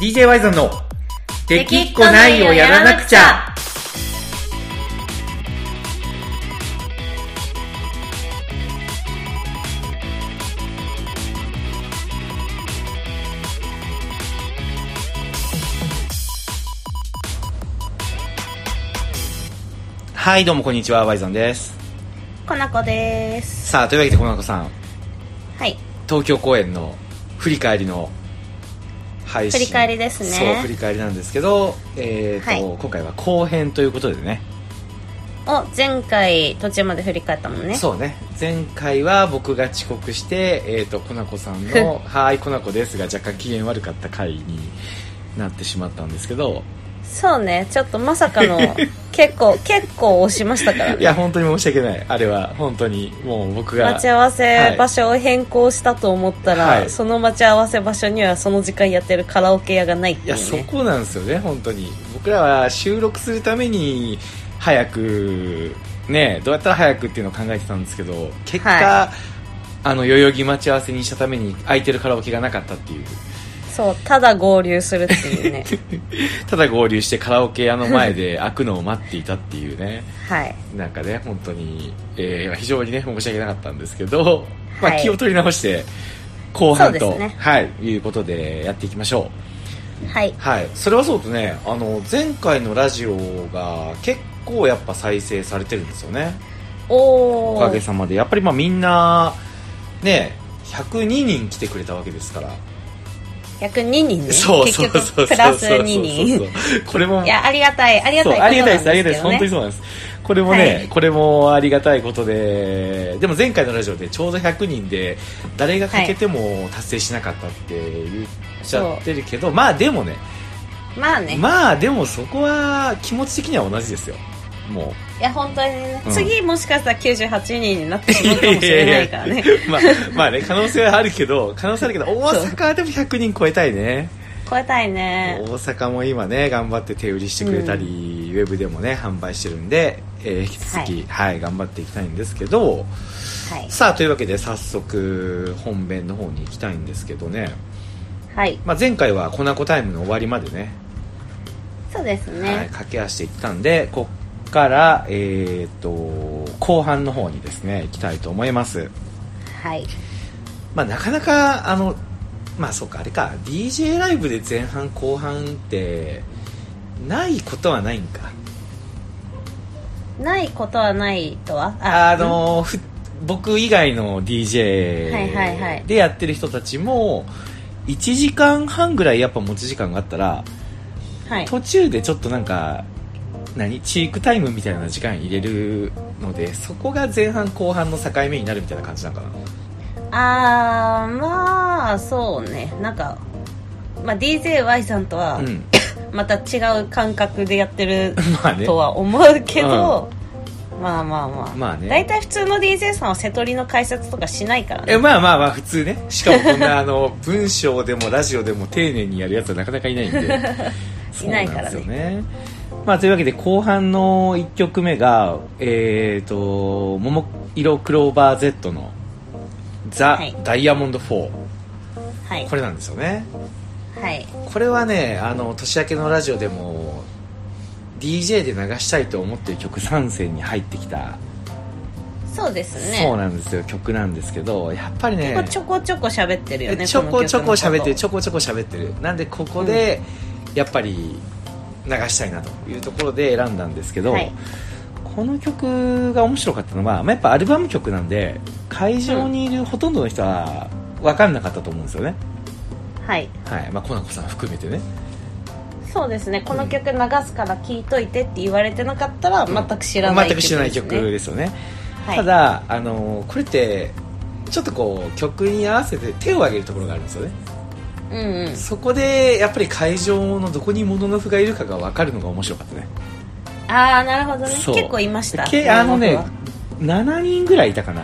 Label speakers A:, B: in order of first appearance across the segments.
A: DJ ワイゾンの「できっこないをやらなくちゃ」はいどうもこんにちはワイゾンです
B: こなこです
A: さあというわけでこの子さん
B: はい
A: 東京公演の振り返りの配信
B: 振り返りですね
A: そう振り返りなんですけど、えーと
B: はい
A: 今回は後編ということでね
B: お前回途中まで振り返ったもんね
A: そうね前回は僕が遅刻して、えー、とコナコさん の「はーいコナコです」が若干機嫌悪かった回になってしまったんですけど
B: そうねちょっとまさかの 結構結構押しましたから
A: い
B: ね
A: や本当に申し訳ないあれは本当にもう僕が
B: 待ち合わせ場所を変更したと思ったら、
A: はい
B: その待ち合わせ場所にはその時間やってるカラオケ屋がないって
A: い
B: い
A: や
B: う
A: そ
B: ね
A: こなんですよね本当に僕らは収録するために早くねどうやったら早くっていうのを考えてたんですけど結果、
B: は
A: あの代々木待ち合わせにしたために空いてるカラオケがなかったっていう
B: そうただ合流するっていう ね
A: ただ合流してカラオケ屋の前 で開くのを待っていたっていうね
B: はい
A: なんかね本当に、えー非常にね申し訳なかったんですけど、まあ
B: はい
A: 気を取り直して後半
B: そう
A: と、
B: ですね
A: はい、いうことでやっていきましょう
B: はい
A: はい、それはそうとねあの前回のラジオが結構やっぱ再生されてるんですよね
B: お
A: お
B: お
A: かげさまでやっぱりまあみんなね102人来てくれたわけですから、
B: 約2人ね
A: そうそうそう
B: 結
A: そうそ
B: 局プ
A: う
B: ラス
A: そう
B: 2人
A: これも
B: いやありがたいありが
A: そう
B: たい
A: ありがたいですありがたいで
B: ことなんですす
A: 本当にそうなんですこれもね、
B: はい
A: これもありがたいことででも前回のラジオでちょうど100人で誰がかけても達成しなかったって言っちゃってるけど、まあでもね
B: まあね、
A: まあでもそこは気持ち的には同じですよも
B: いや本当にね、
A: うん
B: 次もしかしたら98人になって
A: う
B: しまうかもしれないからね
A: まあまあね可能性はあるけど可能性あるけど大阪はでも100人超えたいね
B: 超えたい
A: 大
B: ね
A: 阪も今ね頑張って手売りしてくれたり、ウェブでもね販売してるんで、えー引き続き、はい頑張っていきたいんですけど
B: はい、
A: さあというわけで早速本編の方に行きたいんですけどね、
B: はい、
A: まあ、前回は「コナコタイム」の終わりまでね
B: そうですね、
A: はい、駆け足で行ったんでこっから、えー、と後半の方にですね行きたいと思います、
B: はい、
A: まあ、なかなかあのまあそうかあれか DJ ライブで前半後半ってないことはないんか
B: ないことはないとは
A: あのふ僕以外の DJ
B: はいはいはい
A: でやってる人たちも1時間半ぐらいやっぱ持ち時間があったら
B: うんはい
A: 途中でちょっとなんか何チークタイムみたいな時間入れるのでそこが前半後半の境目になるみたいな感じなのかな
B: あーまあそうねなんか、まあ、DJY さんとは
A: うん
B: また違う感覚でやってる
A: ま あね
B: とは思うけど、まあまあまあ
A: まあね
B: 大体普通の DJ さんは瀬戸りの解説とかしないから
A: え
B: ね
A: まあまあまあ普通ねしかもこんなあの 文章でもラジオでも丁寧にやるやつはなかなかいないん でそうなんですよ
B: いないから
A: ねまあというわけで後半の1曲目がえっ、ー、と「桃色クローバー Z」の「ザ・
B: はい
A: ダイヤモンド4」
B: はい
A: これなんですよね
B: はい
A: これはねあの年明けのラジオでも DJ で流したいと思ってる曲3選に入ってきた、
B: そうですね
A: そうなんですよ曲なんですけどやっぱりね
B: ちょこちょこ喋ってるよね
A: ちょこちょこ喋ってる
B: こ
A: ちょこちょこ喋ってるなんでここでやっぱり流したいなというところで選んだんですけど、
B: はい
A: この曲が面白かったのは、まあ、やっぱアルバム曲なんで会場にいるほとんどの人は分かんなかったと思うんですよね、
B: の曲はい
A: はいまあ、コナコさん含めてね
B: そうですねこの曲流すから聴いといてって言われてなかったら全く知らない
A: 全く知らない
B: 曲
A: 曲
B: ですね
A: ですよね、
B: はい
A: ただあのこれってちょっとこう曲に合わせて手を挙げるところがあるんですよね
B: うんうん
A: そこでやっぱり会場のどこにモノノフがいるかが分かるのが面白かったね
B: ああなるほどね結
A: そう
B: 構いました
A: けあのね7人ぐらいいたかな、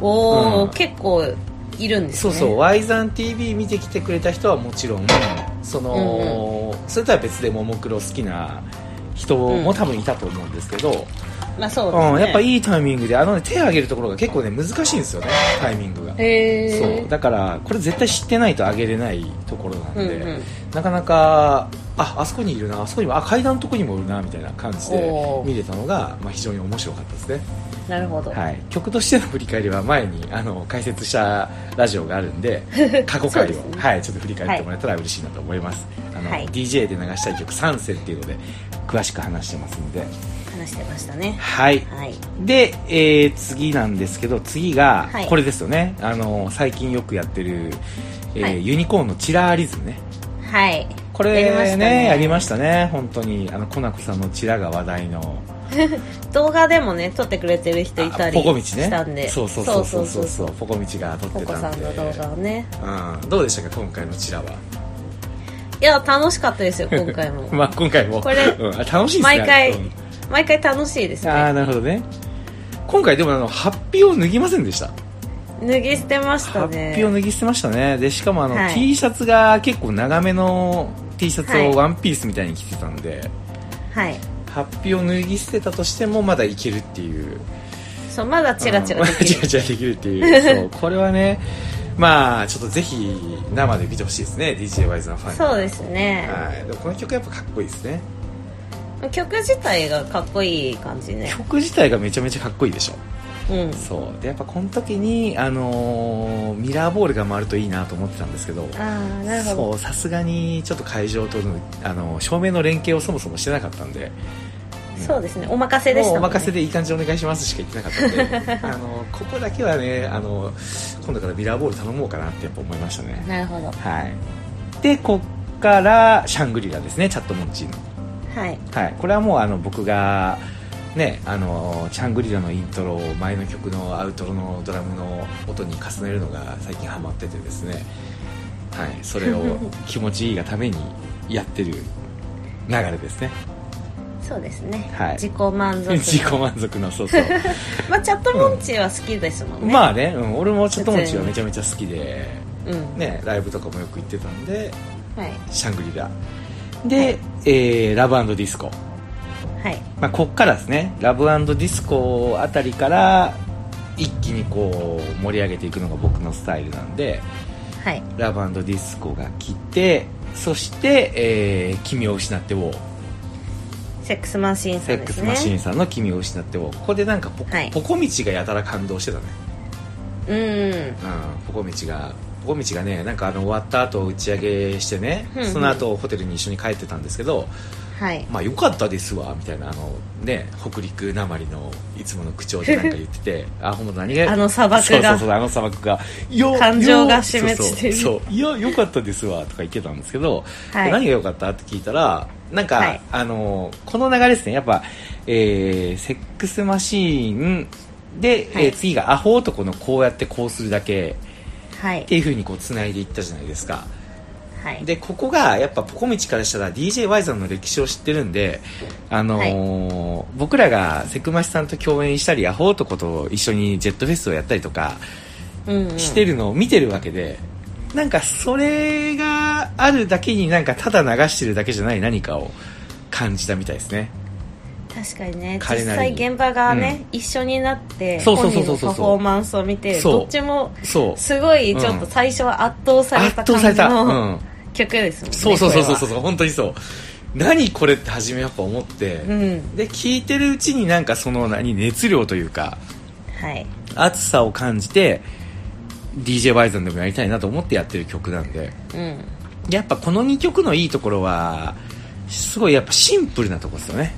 B: おお、
A: うん
B: 結構いるんです
A: そう
B: ね
A: そう「y ザン t v 見てきてくれた人はもちろんその、それとは別でももクロ好きな人も多分いたと思うんですけど、
B: まあそうですね、
A: うん、やっぱ
B: い
A: いいタイミングであの、ね、手を挙げるところが結構ね難しいんですよねタイミングが、
B: へえ
A: そうだからこれ絶対知ってないと上げれないところなんで、
B: うんうん
A: なかなかああそこにいるなあそこにもあ階段のとこにもいるなみたいな感じで
B: おー
A: 見れたのが、まあ、非常に面白かったですね、
B: なるほど、
A: はい、曲としての振り返りは前にあの解説したラジオがあるん で過去
B: そう
A: 回
B: で
A: を、
B: すね
A: はい、ちょっと振り返ってもらえたら嬉しいなと思います、あの
B: はい
A: DJ で流したい曲3選っていうので詳しく話してますので
B: 話してましたね
A: はい
B: はい
A: で、えー次なんですけど次が
B: はい
A: これですよね、あの最近よくやってる、えー
B: はい
A: ユニコーンのチラーリズムね
B: はい
A: これ
B: やりまし
A: ね
B: たね
A: やりましたね本当にあのコナコさんのチラが話題の
B: 動画でもね撮ってくれてる人いた
A: あ
B: り
A: ポコミチね
B: したんで
A: そうそうそうそうそう
B: そう
A: ポコミチが撮っ
B: ポ
A: て
B: コ
A: た
B: さ
A: んで
B: んの動画をね
A: うん、どうでしたか今回のチラは、
B: いや楽しかったですよ今回も
A: まあ、今回も
B: これ
A: うん、あ楽しいですね
B: 毎回
A: うん
B: 毎回楽しいです
A: ああ
B: ね
A: なるほどね今回でもあのハッピーを脱ぎませんでした
B: 脱ぎ捨てまし
A: ハ
B: た
A: ッピーを
B: ね
A: 脱ぎ捨てましたねでしかもあの、
B: はい
A: T シャツが結構長めの T シャツ
B: はい
A: をワンピースみたいに着てたんで、
B: はい
A: ハッピーを脱ぎ捨てたとしてもまだいけるっていう
B: そうまだチラチラでき
A: うんまだチ
B: る
A: ラチラできるっていうそう これはねまあちょっとぜひ生で見てほしいですね DJYZ のファンに
B: そうですね
A: はい、でもこの曲やっぱかっこいいですね
B: 曲自体がかっこいい感じね
A: 曲自体がめちゃめちゃかっこいいでしょ
B: うん
A: そうでやっぱこの時に、あのーミラーボールが回るといいなと思ってたんですけど
B: ああなるほど
A: そうさすがにちょっと会場とのあの照明の連携をそもそもしてなかったんで
B: そうですねお任せでし
A: もう
B: た
A: お
B: もんね
A: 任せでいい感じでお願いしますしか言ってなかったん であのここだけはねあの今度からミラーボール頼もうかなってやっぱ思いましたね
B: なるほど
A: はいでこっからシャングリラですねチャットモンチーの
B: はい
A: はい、これはもうあの僕が、ね、あのチャングリラのイントロを前の曲のアウトロのドラムの音に重ねるのが最近ハマっててですね、はい、それを気持ちいいがためにやってる流れですね
B: そうですね、
A: はい
B: 自己満足
A: 自己満足のそうそう
B: まあチャットモンチーは好きですもんね、
A: まあね、うん、俺もちょっともちがめちゃめちゃ好きで、
B: うん
A: ね、ライブとかもよく行ってたんで
B: はい
A: シャングリラで、えーラブディスコ
B: はい
A: まあ、こっからですねラブディスコあたりから一気にこう盛り上げていくのが僕のスタイルなんで
B: はい
A: ラブディスコが来てそして、えー君を失ってウォー」
B: セックスマシーン
A: セ
B: さん
A: ッ
B: で
A: ク
B: す
A: ス
B: ね
A: マシーンさんの「君を失ってウォー」ここでなんかポ,、
B: はい
A: ポコミチがやたら感動してたね、
B: うん
A: うん、ポコミチがポコミチがねなんかあの終わった後打ち上げしてね、
B: うんうん
A: その後ホテルに一緒に帰ってたんですけど
B: はい
A: まあ良かったですわみたいなあのね北陸なまりのいつもの口調でなんか言って てあほんと何が
B: あの砂漠
A: そうそう
B: が
A: そうあの砂漠がよ
B: 感情が締め
A: よ
B: 付ける
A: そうそうそういや良かったですわとか言ってたんですけど、
B: はい
A: 何が良かったって聞いたらなんか、
B: はい
A: あのこの流れですねやっぱ、えーセックスマシーンで、
B: はい
A: えー次がアホ男のこうやってこうするだけ
B: はい
A: っていう風にこう繋いでいったじゃないですか
B: はい
A: でここがやっぱポコミチからしたら DJY さんの歴史を知ってるんで、あのー僕らがセクマシさんと共演したりアホ男と一緒にジェットフェスをやったりとか
B: うんうん
A: してるのを見てるわけで、なんかそれがあるだけになんかただ流してるだけじゃない何かを感じたみたいですね
B: 確かにね実
A: 彼なり
B: 際
A: に
B: 現場がね、一緒になって
A: そう
B: 本
A: そうそう
B: 人
A: そう
B: の
A: そう
B: パフォーマンスを見て
A: そう
B: どっちも
A: そう
B: すごいちょっと最初は圧倒され
A: 圧
B: た
A: 倒さ
B: 感
A: れ
B: じ
A: た、
B: の
A: うん、
B: 曲ですもんね
A: そうそうそうそうそう
B: こ
A: そう本当にそう何これって初めやっぱ思って、
B: れはうん
A: で聞いてるうちになんかその何熱量というか
B: はい
A: 暑さを感じて DJ バイザンでもやりたいなと思ってやってる曲なんで
B: うん
A: やっぱこの2曲のいいところはすごいやっぱシンプルなとこですよね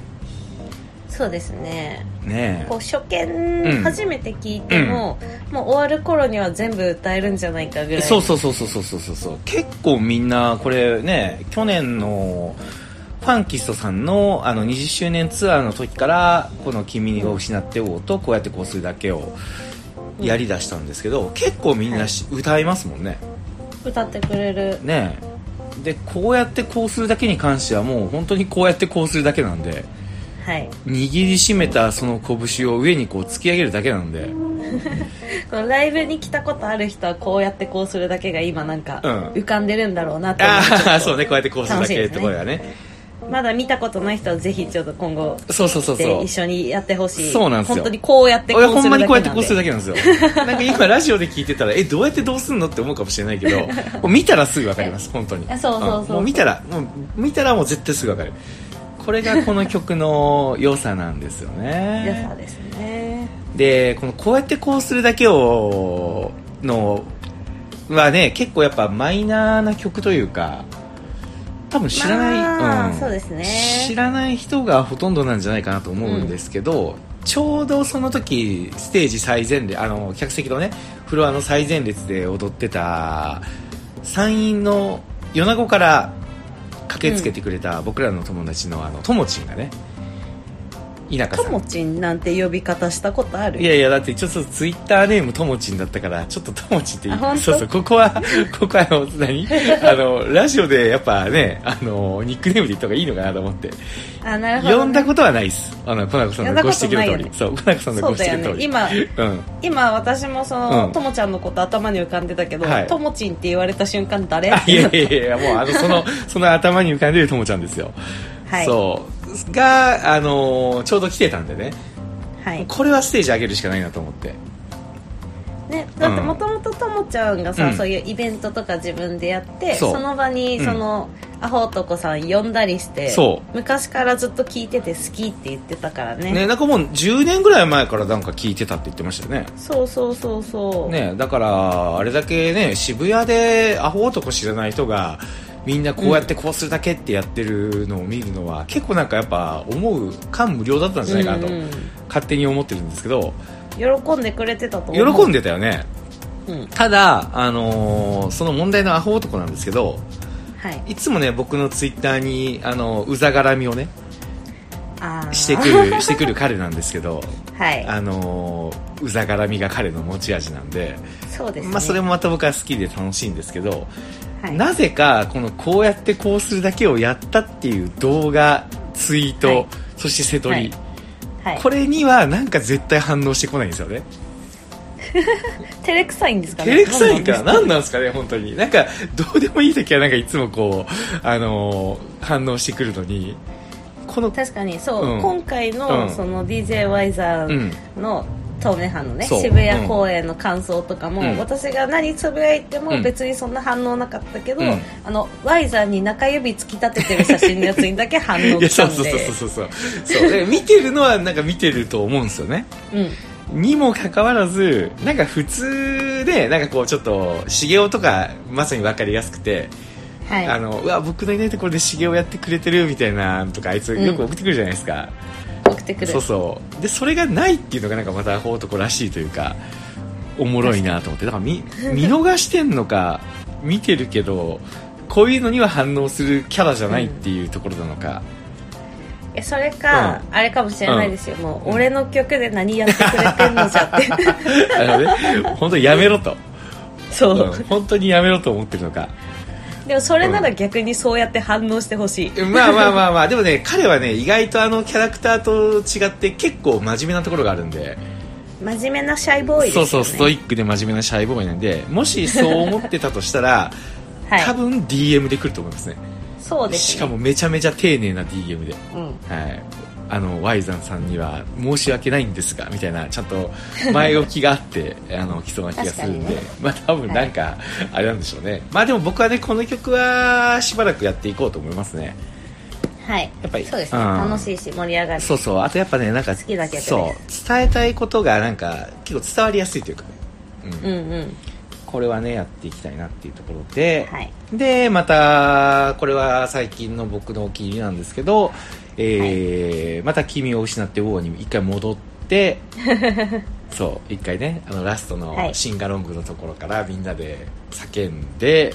B: そうですね
A: ね
B: こう初
A: ん
B: 見初めて聞いても、もう終わる頃には全部歌えるんじゃないかぐ
A: え
B: らい
A: そうそうそうそうそうそうそうそう結構みんなこれね去年のファンキストさんのあの20周年ツアーの時からこの「君を失っておう」とこうやってこうするだけをやりだしたんですけど結構みんなし歌いますもんね、
B: 歌ってくれる
A: ねえでこうやってこうするだけに関してはもう本当にこうやってこうするだけなんで
B: はい
A: 握りしめたその拳を上にこう突き上げるだけなんで
B: このライブに来たことある人はこうやってこうするだけが今なんか
A: うん
B: 浮かんでるんだろうなって思う
A: ああそうねこうやってこうするだ
B: 楽しい
A: け
B: で
A: っ
B: すね
A: てことだね
B: まだ見たことない人はぜひちょっと今後
A: そうそうそうそう
B: で一緒にやってほしい
A: そうなんですよ
B: 本当にこうやってこう
A: 俺
B: す
A: ほん
B: るだけな
A: ま
B: んで
A: にこうやってこうするだけなんですよ なんか今ラジオで聞いてたらえどうやってどうすんのって思うかもしれない けどもう見たらすぐ分かります本当に
B: あそうそうそうそうん
A: もう見たらもう見たらもう絶対すぐ分かるこれがこの曲の良さなんですよね
B: 良さですね
A: でこのこうやってこうするだけをのはね結構やっぱマイナーな曲というか多分知らない、
B: まあ
A: ん
B: そうですね
A: 知らない人がほとんどなんじゃないかなと思うんですけど、ちょうどその時ステージ最前列あの客席のねフロアの最前列で踊ってた山陰の米子から駆けつけてくれた僕らの友達のあのともちんがね田舎
B: と
A: さん
B: もちんなんて呼び方したことある
A: いやいやだってちょっとツイッターネームともちんだったからちょっとともちんって言
B: あ本当
A: そうそうここは ここはあの何 あのラジオでやっぱねあのニックネームで言った方がいいのかなと思って
B: あなるほど、ね、
A: 呼んだことはないですあのコナコさんのご指摘の通り、
B: 呼んだことないよね
A: そうコナコさんのご
B: そう
A: 指
B: だ
A: 摘
B: よ
A: の通
B: ね
A: り
B: 今
A: うん
B: 今私もその、
A: うん
B: ともちゃんのこと頭に浮かんでたけど、
A: はい
B: ともちんって言われた瞬間誰
A: あいやいやいやもうあのそ のその頭に浮かんでるともちゃんですよ、
B: はい
A: そうがあのちょうど来てたんでね
B: はい
A: これはステージ上げるしかないなと思って
B: ね、だって
A: うん
B: もともとともちゃんがさ、
A: うん
B: そういうイベントとか自分でやって
A: そう
B: その場に
A: うん
B: その、アホ男さん呼んだりして
A: そ
B: 昔からずっと聞いてて好きって言ってたからね
A: ねなんかもう10年ぐらい前からなんか聞いてたって言ってましたよね
B: そうそうそうそう、
A: ね、だからあれだけね渋谷でアホ男知らない人がみんなこうやってこうするだけってやってるのを見るのは、結構なんかやっぱ思う感無量だったんじゃないかなと、
B: うんうん
A: 勝手に思ってるんですけど
B: 喜んでくれてたと思う
A: 喜んでたよね
B: うん
A: ただ、あのーその問題のアホ男なんですけど
B: はい
A: いつもね僕のツイッターにあのうざがらみをね
B: あー
A: してく るしてくる彼なんですけど、
B: はい
A: あのーうざがらみが彼の持ち味なんで
B: そうですね、
A: まあ、それもまた僕は好きで楽しいんですけど
B: はい、
A: なぜかこのこうやってこうするだけをやったっていう動画ツイート、
B: はい
A: そして瀬戸り、
B: はいはい、
A: これにはなんか絶対反応してこないんですよね
B: 照れくさいんですかね
A: 照れくさいんか
B: どうなん
A: 何なんですかね本当になんかどうでもいい時はなんかいつもこう、あのー反応してくるのにこの
B: ですか確かにそう、
A: うん
B: 今回の,、
A: うん
B: その DJY さ
A: うんん
B: の東名阪のね
A: そう
B: 渋谷公演の感想とかも、
A: うん
B: 私が何つぶやいて
A: う
B: も
A: ん
B: 別にそんな反応なかったけど、
A: うん
B: あの Y さんに中指突き立ててる写真のやつにだけ反 応
A: いや
B: し
A: そう
B: た
A: んそうそ
B: で
A: うそうそうそうで見てるのはなんか見てると思うんですよね
B: うん
A: にもかかわらずなんか普通でなんかこうちょっと茂雄とかまさに分かりやすくて
B: はい
A: あのうわ僕のいないところで茂雄やってくれてるみたいなのとかあいつ
B: うん
A: よく送ってくるじゃないですか、
B: 送ってくる
A: そうそうでそれがないっていうのがなんかまたアホ男らしいというかおもろいなと思ってだから見見逃してんのか見てるけどこういうのには反応するキャラじゃないっていうところなのか、
B: えそれか、あれかもしれないですよ、もう俺の曲で何やってくれてんのじゃって
A: あのね本当にやめろと、
B: そう、
A: うん本当にやめろと思ってるのか
B: でもそれなら逆にそうやって反応してほしい、
A: まあまあまあ まあでもね彼はね意外とあのキャラクターと違って結構真面目なところがあるんで
B: 真面目なシャイボーイです
A: そう
B: よ、ね、
A: そうストイックで真面目なシャイボーイなんでもしそう思ってたとしたら、
B: はい
A: 多分 DM で来ると思いますね
B: そうです、ね、
A: しかもめちゃめちゃ丁寧な DM で、
B: うん
A: はい、あの Y ザンさんには申し訳ないんですがみたいなちゃんと前置きがあって あの来そうな気がするんで、
B: 確かにね
A: まあ多分なんかあれなんでしょうね、まあでも僕はねこの曲はしばらくやっていこうと思いますね
B: はい
A: やっぱり
B: そうですね、
A: うん
B: 楽しいし盛り上がる
A: そうそうあとやっぱねなんか
B: 好きだけどね
A: そう伝えたいことがなんか結構伝わりやすいというかね、うん
B: うんうん
A: これはねやっていきたいなっていうところで、
B: はい
A: でまたこれは最近の僕のお気に入りなんですけど、えーまた「君を失ってウォー」に一回戻って そう一回ねあのラスト
B: は
A: の
B: い
A: シンガロングのところからみんなで叫んで、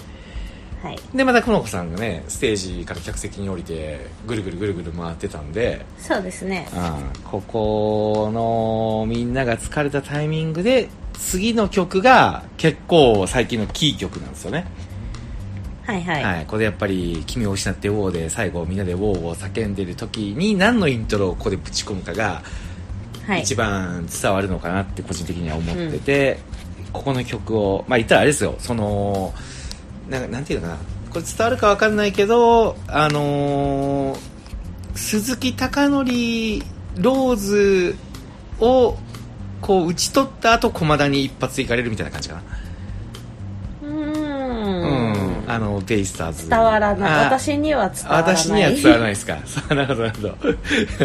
B: はい
A: でまたこの子さんがねステージから客席に降りてぐるぐるぐるぐる回ってたんで
B: そうですね
A: うんここのみんなが疲れたタイミングで次の曲が結構最近のキー曲なんですよね、
B: はいは、
A: はいいここでやっぱり「君を失ってウォー」で最後みんなで「ウォー」を叫んでる時に何のイントロをここでぶち込むかが
B: はい、
A: 一番伝わるのかなって個人的には思ってて、ここの曲をまあ言ったらあれですよそのなんかなんていうのかなこれ伝わるかわかんないけどあのー鈴木貴則ローズをこう打ち取った後駒田に一発行かれるみたいな感じかな、
B: う
A: うん
B: ん
A: あのベイスターズ
B: 伝わらない
A: あ
B: 私には伝わらない
A: 私には伝わらないですか そうなるほどなるほどな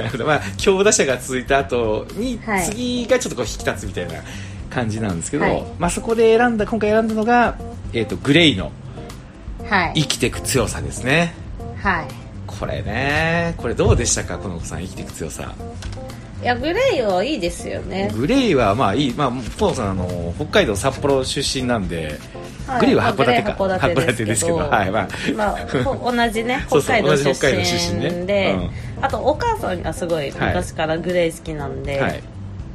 A: るほど まあ強打者が続いた後に、
B: はい
A: 次がちょっとこう引き立つみたいな感じなんですけど、
B: はい
A: まあ、そこで選んだ今回選んだのが、えー、とグレイの
B: はい
A: 生きていく強さですね
B: はい
A: これねこれどうでしたかこの子さん生きていく強さ
B: いやグレイはいいですよね
A: グレイはまあいい、まあ、ポンさんあの北海道札幌出身なんで、グレイは函館か
B: まあグレイは函館ですけど
A: はいまあ
B: まあ、ほ同じね
A: そう
B: 北
A: そう
B: 海道出
A: 同じ北海道出身ね
B: 身で、
A: うん
B: あとお母さんがすごい昔からグレイ好きなんで、
A: はい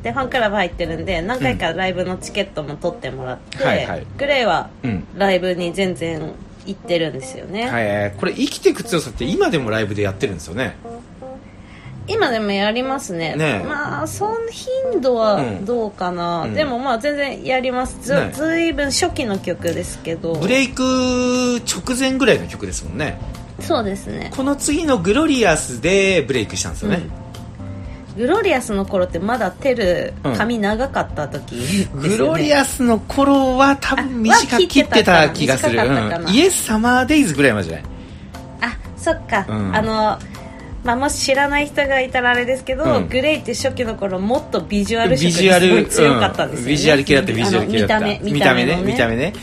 B: でファンクラブ入ってるんで何回かライブのチケットも取ってもらって、
A: うんはいはい
B: グレイは
A: うん
B: ライブに全然行ってるんですよね、
A: はい、これ生きていく強さって今でもライブでやってるんですよね
B: 今でもやりますね
A: ねえ
B: まあその頻度
A: う
B: は
A: ん
B: どうかな、
A: うん
B: でもまあ全然やりますず,、
A: ねえ
B: ずいぶん初期の曲ですけど
A: ブレイク直前ぐらいの曲ですもんね
B: そうですね
A: この次の「グロリアス」でブレイクしたんですよね、
B: グロリアスの頃ってまだテル
A: うん
B: 髪長かった時、
A: グロリアスの頃は多分短
B: あ
A: く
B: は
A: 切
B: 切
A: っ
B: ってて
A: た
B: た
A: 気がする、
B: 短かったか
A: う
B: なん
A: イエス・サマー・デイズぐらいまでじゃない
B: あそっか、
A: うん
B: あの、まあ、もし知らない人がいたらあれですけど、
A: うん
B: グレイって初期の頃もっとビジュアル色
A: ビ
B: が
A: ジュア
B: すご
A: ル
B: い強かったんですよ、
A: う
B: ね
A: ビジュアル系だったビジュアル系だった
B: あの見た目
A: 見た目ね
B: の
A: 見た目ね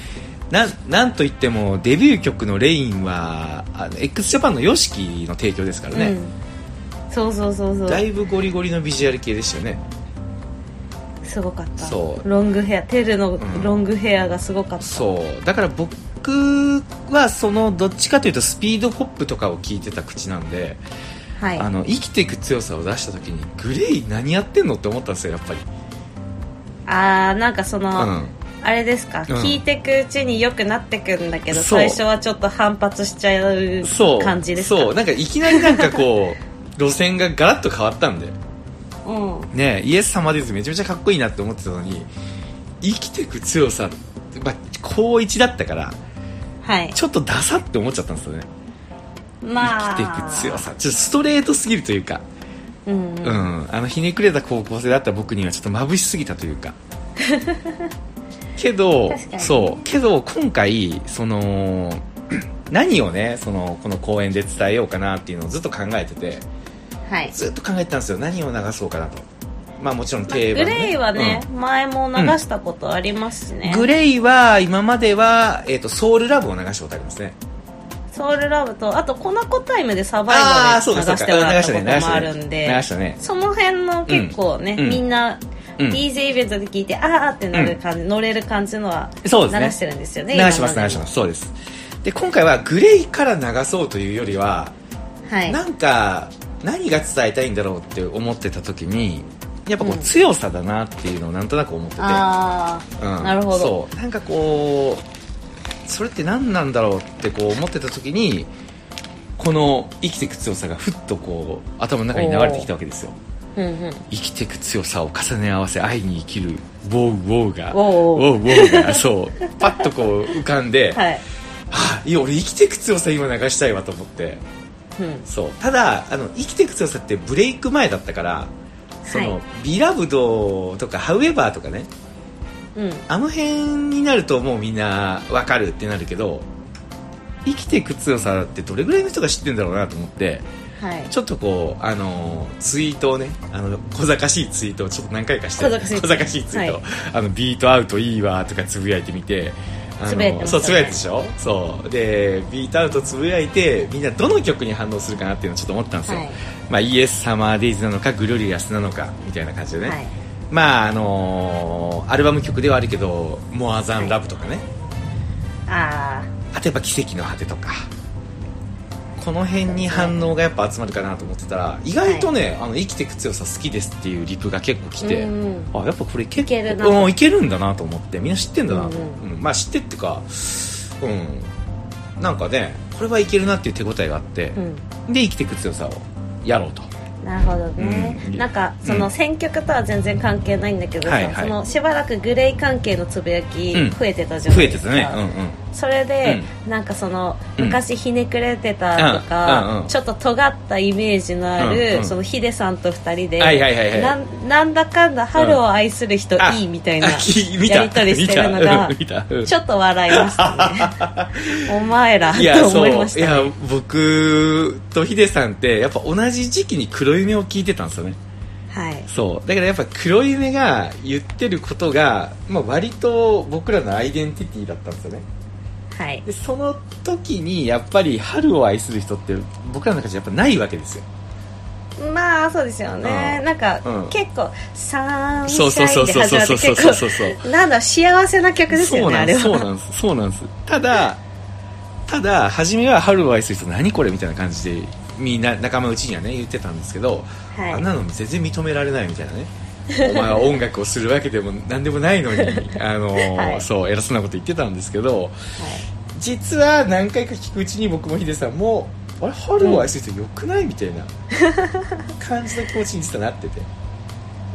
A: なんなんといってもデビュー曲の「レインはあの x ジャパンの YOSHIKI の提供ですからね、
B: うん、そうそうそうそ
A: だ
B: う
A: いぶゴリゴリのビジュアル系でしたよね
B: すごかった
A: そう
B: ロングヘアテルの
A: ん
B: ロングヘアがすごかった、
A: そうだから僕はそのどっちかというとスピードポップとかを聞いてた口なんで、
B: はい
A: あの生きていく強さを出した時にグレイ何やってんのって思ったんですよやっぱり、
B: あーなんかその、
A: うん、
B: あれですか、
A: うん
B: 聞いてくうちによくなってくんだけど
A: そう
B: 最初はちょっと反発しちゃう
A: そう
B: 感じですか
A: そうなんかいきなりなんかこう 路線がガラッと変わったんで
B: うん
A: ねえイエス様ですめちゃめちゃかっこいいなって思ってたのに生きていく強さ、まあ、高1だったから
B: はい
A: ちょっとダサって思っちゃったんですよね
B: ま
A: 生
B: あ
A: きていく強さちょっとストレートすぎるというか
B: うん、
A: うん、あのひねくれた高校生だった僕にはちょっと眩しすぎたという かけど
B: 確かに
A: そうけど今回その 何をねそのこの公演で伝えようかなっていうのをずっと考えてて
B: はい
A: ずっと考えてたんですよ何を流そうかなとまあもちろん
B: まあ
A: 定番、
B: グ
A: ね
B: レイはね、
A: うん
B: 前も流したことありますしね、
A: グレイは今までは、えー、とソウルラブを流したことありますね
B: ソウルラブとあとコナコタイムでサバイバルで流してもらったこともあるん
A: 流
B: で
A: したね
B: その辺の結構ね、
A: うんうん
B: みんな、
A: うん
B: DJ イベントで聞いてあーってなる感じ、乗れる感じのは流
A: そうですね
B: してるんですよね
A: 流します流し
B: ま
A: ますそうですで今回はグレイから流そうというよりは
B: すはい
A: なんか何が伝えたいんだろうって思ってた時にやっぱこう
B: うん
A: 強さだなっていうのをなんとなく思ってて、
B: ああ、
A: うん
B: なるほど
A: そうなんかこうそれって何なんだろうってこう思ってた時にこの生きていく強さがふっとこう頭の中に流れてきたわけですよ
B: うんうん
A: 生きていく強さを重ね合わせ愛に生きるウォーウォーが
B: ウォー
A: ウォーウォー がそうパッとこう浮かんで、
B: はい、
A: はあいや俺生きていく強さ今流したいわと思って
B: うん、
A: そうただあの生きていく強さってブレイク前だったからその、
B: はい
A: ビラブドとかハウエバーとかね
B: うん
A: あの辺になるともうみんなわかるってなるけど生きていく強さってどれぐらいの人が知ってんだろうなと思って
B: はい
A: ちょっとこうあのツイートをねあの小賢しいツイートをちょっと何回かして
B: 小賢しい
A: 小賢しいツイート、
B: はい
A: あのビートアウトいいわとかつぶやいてみてあの
B: つぶやいてました
A: そ
B: ね
A: うつぶやいたでしょそうでビートアウトつぶやいてみんなどの曲に反応するかなっていうのをちょっと思ったんですよ、
B: はい
A: まあ、イエス・サマー・デイズなのかグロリアスなのかみたいな感じでね、
B: はい
A: まああのーアルバム曲ではあるけど「モア・ザン・ラブ」とかね、
B: あ
A: あとやっぱ「奇跡の果て」とかこの辺に反応がやっぱ集まるかなと思ってたら意外とね、あの生きていく強さ好きですっていうリプが結構
B: あ
A: 来て、
B: うん
A: あやっぱこれ結構
B: いけるな
A: うんいけるんだなと思ってみんな知ってんだなと、
B: う
A: うんまあ知ってっていうかうんなんかねこれはいけるなっていう手応えがあって
B: う、ん
A: で生きていく強さをやろうと
B: なるほどね、
A: うん
B: なんか
A: うん
B: その選曲とは全然関係ないんだけどさ、
A: はいはい
B: そのしばらくグレイ関係のつぶやき
A: うん
B: 増えてたじゃな
A: 増え
B: い
A: て
B: です
A: た
B: か、
A: ねうん
B: それで、なんかその
A: うん
B: 昔ひねくれてたとか、
A: うんうんうん
B: ちょっと尖ったイメージのある、
A: うんうん
B: そのヒデさんと二人で、
A: はいはいはいはい
B: なんなんだかんだ春を愛する人
A: あ
B: いいみたいな
A: あき見た
B: やり取りしてるのが
A: 見たうん見たうん
B: ちょっと笑いまし たねお前ら
A: いや
B: と
A: そ
B: 思
A: う
B: いまし
A: い
B: た
A: や
B: ね
A: 僕とヒデさんってやっぱ同じ時期に黒夢を聞いてたんですよね
B: はい
A: そうだからやっぱ黒夢が言ってることが、まあ、割と僕らのアイデンティティだったんですよね
B: はい
A: でその時にやっぱり春を愛する人って僕らの中じゃやっぱないわけですよ
B: まあそうですよね、
A: うん
B: なんか、
A: うん
B: 結構「サンシ
A: そ
B: ャ
A: うそう
B: イ
A: そ
B: ン」
A: う
B: で
A: そう
B: 始
A: そ
B: まっ
A: う
B: て
A: そうそう
B: 結構
A: そうそう
B: なんだろう幸せな曲です
A: そ
B: よ
A: う
B: ね
A: な
B: あ
A: んで
B: れ
A: すそう
B: は
A: なんですそうなんですただただ初めは春を愛する人何これみたいな感じでみんな仲間うちにはね言ってたんですけど、
B: はい
A: あんなの全然認められないみたいなねお前は音楽をするわけでも何でもないのにあの、
B: はい
A: そう偉そうなこと言ってたんですけど
B: はい
A: 実は何回か聞くうちに僕もヒデさんもあれ春を愛する人よくないみたい な感じの気持ちに実はなってて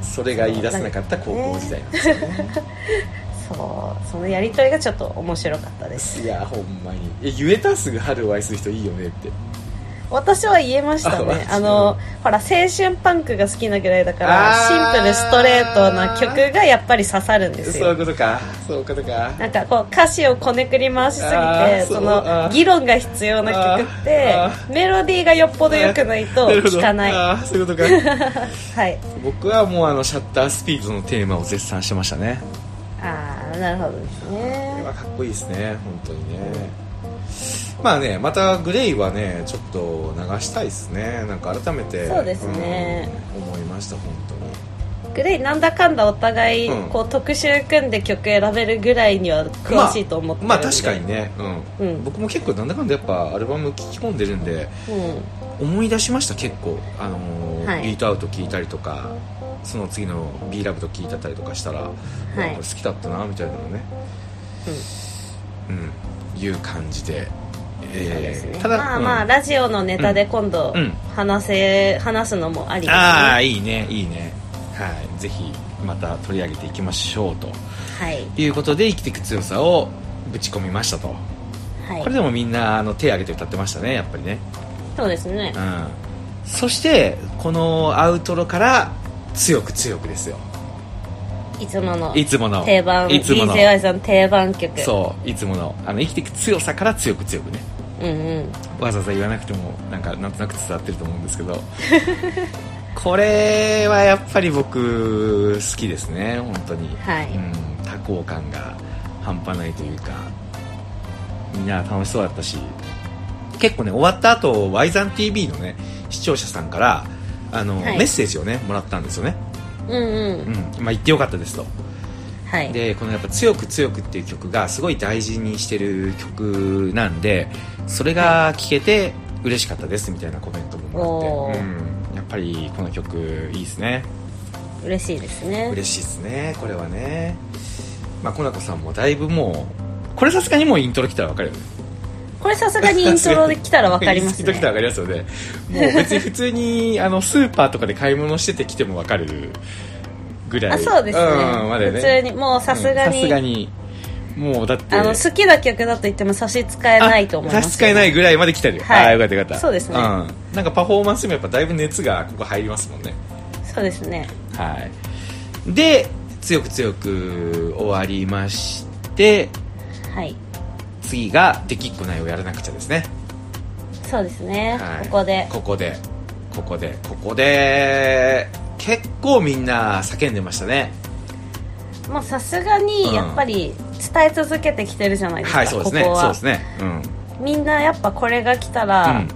A: それが言い出せなかった高校時代なんですよね
B: そうそのやり取りがちょっと面白かったです
A: いやほんまにえ言えたすぐ春を愛する人いいよねって
B: 私は言えましたね
A: あ
B: あのほら青春パンクが好きなぐらいだから
A: あー
B: シンプルストレートな曲がやっぱり刺さるんです
A: そういう
B: よ
A: ことかそういうことか
B: なんかこう歌詞をこねくり回しすぎ
A: あ
B: て
A: ー
B: そ
A: そう
B: の
A: あー
B: 議論が必要な曲って
A: あーあ
B: メロディーがよっぽど良くないと
A: なるほど
B: 聴かないは
A: あーそういうことか
B: い
A: 僕はもうあのシャッタースピードのテーマを絶賛してましたね
B: ああなるほどです
A: これ
B: ね
A: はかっこいいですね本当にねまあねまたグレイはねちょっと流したいですねなんか改めて
B: そうですね
A: うん思いました本当に
B: グレイなんだかんだお互い
A: うん
B: こう特集組んで曲選べるぐらいには詳しいと思ってるんで
A: まあ確かにね、うん
B: うん
A: 僕も結構なんだかんだやっぱアルバム聴き込んでるんで
B: うん
A: 思い出しました結構あのー
B: はい
A: ビートアウト聞いたりとかその次の B ラブと聞いてたりとかしたら、うわこれ好きだったなみたいなのねうん、いう感じで、
B: そうで
A: え
B: す
A: ー
B: ね
A: ただ、
B: まあまあ、
A: うん
B: ラジオのネタで今度
A: うん
B: 話せ、話すのもありですね
A: ああ
B: はい
A: いいねいいねはいぜひまた取り上げていきましょうと
B: はい、
A: いうことで生きていく強さをぶち込みましたとこれでもみんなあの手挙げて歌ってましたねやっぱりね
B: そうですね
A: うんそしてこのアウトロから強く強くですよ
B: いつもの
A: いつもの
B: 定番
A: いつもの
B: DJY さん定番曲
A: そういつものあの生きていく強さから強く強くね
B: う、んうん、
A: わざわざ言わなくてもなんかなんとなく伝わってると思うんですけど これはやっぱり僕好きですね本当に、
B: はい
A: うん、多幸感が半端ないというかみんな楽しそうだったし結構ね終わった後 y z a n t v のね視聴者さんからあの、
B: はい
A: メッセージをねもらったんですよね、
B: うん
A: う
B: うんん
A: まあ、言ってよかったですと
B: はい
A: でこのやっぱ「強く強く」っていう曲がすごい大事にしてる曲なんでそれが聴けて嬉しかったですみたいなコメントももらって、
B: お
A: うん、やっぱりこの曲いいですね
B: 嬉しいですね
A: 嬉しいですねこれはねまあコナコさんもだいぶもうこれさすがにもうイントロ来たらわかるよね
B: これさすがにイントロで来たらわかります
A: イントロ来たら
B: ね
A: わかりますよねもう別に普通にあのスーパーとかで買い物してて来てもわかるぐらい
B: あそうですね,、
A: うんまだよね
B: 普通にもうさすが
A: うん
B: に,、
A: さすがにもうだって
B: あの好きな曲だと言っても差し支えないと思いま
A: 差
B: す
A: し支えないぐらいまで来てる、
B: はい
A: ああよかったよかった
B: そうですね
A: ん、なんかパフォーマンスにもやっぱだいぶ熱がここ入りますもんね
B: そうですね
A: はいで強く強く終わりまして
B: はい
A: 次が「できっこない」をやらなくちゃですね、
B: そうですね、
A: はい、
B: ここで
A: ここでここでここで結構みんな叫んでましたね
B: もうさすが
A: うん
B: にやっぱり伝え続けてきてるじゃないですか、
A: はいそうですね
B: ここは
A: そうですねうん
B: みんなやっぱこれが来たら、
A: うん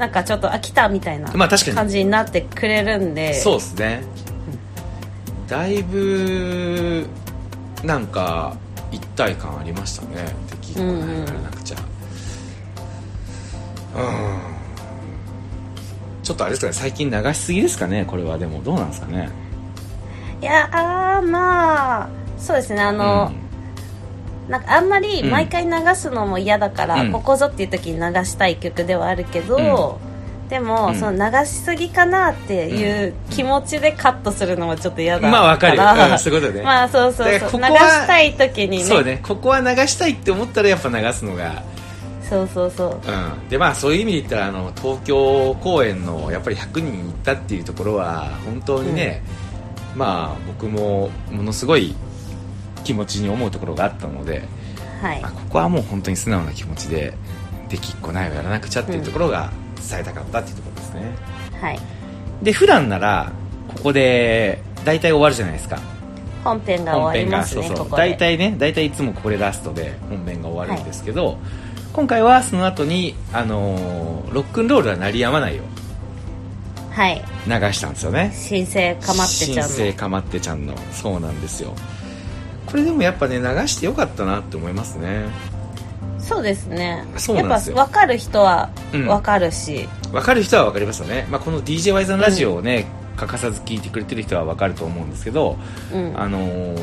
B: なんかちょっと飽きたみたいな
A: まあ確かに
B: 感じになってくれるんで、
A: そうですね、だいぶなんか一体感ありましたね敵が
B: うんうん
A: やらなくちゃうん、ちょっとあれですかね最近流しすぎですかねこれはでもどうなんですかね
B: いやあーまあそうですねあの、なんかあんまり毎回流すのも嫌だから、
A: うん
B: ここぞっていう時に流したい曲ではあるけど、で
A: う
B: も、
A: ん
B: その流しすぎかなっていう気持ちでカットするのもちょっと嫌だ
A: まあわかる
B: ら
A: うんそういうことね
B: まあそうそう
A: だか
B: そ
A: ら
B: う
A: ここ
B: 流
A: は
B: したい時にね
A: そうねここは流したいって思ったらやっぱ流すのが
B: そうそうそう
A: うん、でまあそういう意味で言ったらあの東京公演のやっぱり100人行ったっていうところは本当にね、まあ僕もものすごい気持ちに思うところがあったので、
B: はい
A: まあ、ここはもう本当に素直な気持ちでできっこないをやらなくちゃっていうところが伝えたかったっていうところですね、
B: はい
A: で普段ならここで大体終わるじゃないですか
B: 本編が
A: 本
B: 終わ
A: 編
B: りま
A: が
B: す
A: そう
B: ね
A: そう
B: ここ
A: 大
B: で
A: 体ね大体いつもこれラストで本編が終わるんですけど、今回はその後にあのーロックンロールは鳴りやまないよ
B: はい
A: 流したんですよね
B: 新生かまってちゃん
A: 新生
B: の
A: かまってちゃんのそうなんですよこれでもやっぱね流してよかったなって思いますね
B: そうですね
A: そう
B: や
A: な
B: っ
A: ん
B: ぱ
A: ですよ
B: 分かる人は
A: うん
B: 分かるし、
A: わかる人はわかりますよね、まあ、この d j y さんラジオをね、欠かさず聞いてくれてる人はわかると思うんですけど
B: うん
A: あのー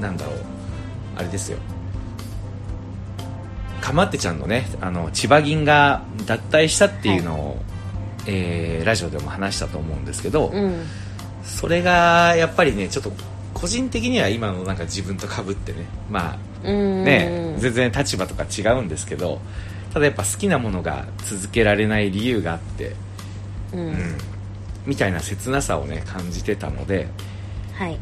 A: なんだろうあれですよかまってちゃんのねあの千葉銀が脱退したっていうのを、えーラジオでも話したと思うんですけど、
B: うん
A: それがやっぱりねちょっと個人的には今のなんか自分と被ってねま
B: うん
A: あね、全然立場とか違うんですけどただやっぱ好きなものが続けられない理由があって、
B: うん
A: うん、みたいな切なさをね感じてたので
B: はい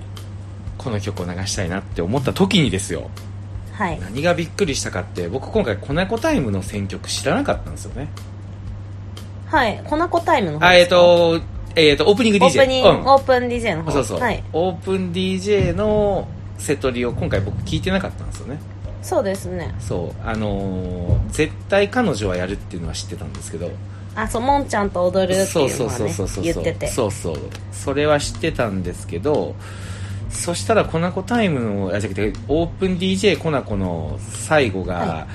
A: この曲を流したいなって思った時にですよ
B: はい
A: 何がびっくりしたかって僕今回「コナコタイム」の選曲知らなかったんですよね
B: はい粉子タイムの方
A: あえ
B: で
A: っ、
B: すか
A: とえっ、とオープニング DJ
B: オープニング、
A: うん
B: オープン DJ の方
A: そうそう、
B: はい、
A: オープン DJ のセトリを今回僕聞いてなかったんですよね
B: そうですね
A: そうあのー絶対彼女はやるっていうのは知ってたんですけど
B: あそうもんちゃんと踊るって
A: そ
B: いうう
A: そ
B: の
A: う
B: は
A: そう
B: ね
A: そうそう
B: 言ってて
A: そうそうそれは知ってたんですけどそしたらコナコタイムのあじゃなくてオープン DJ コナコの最後が、
B: は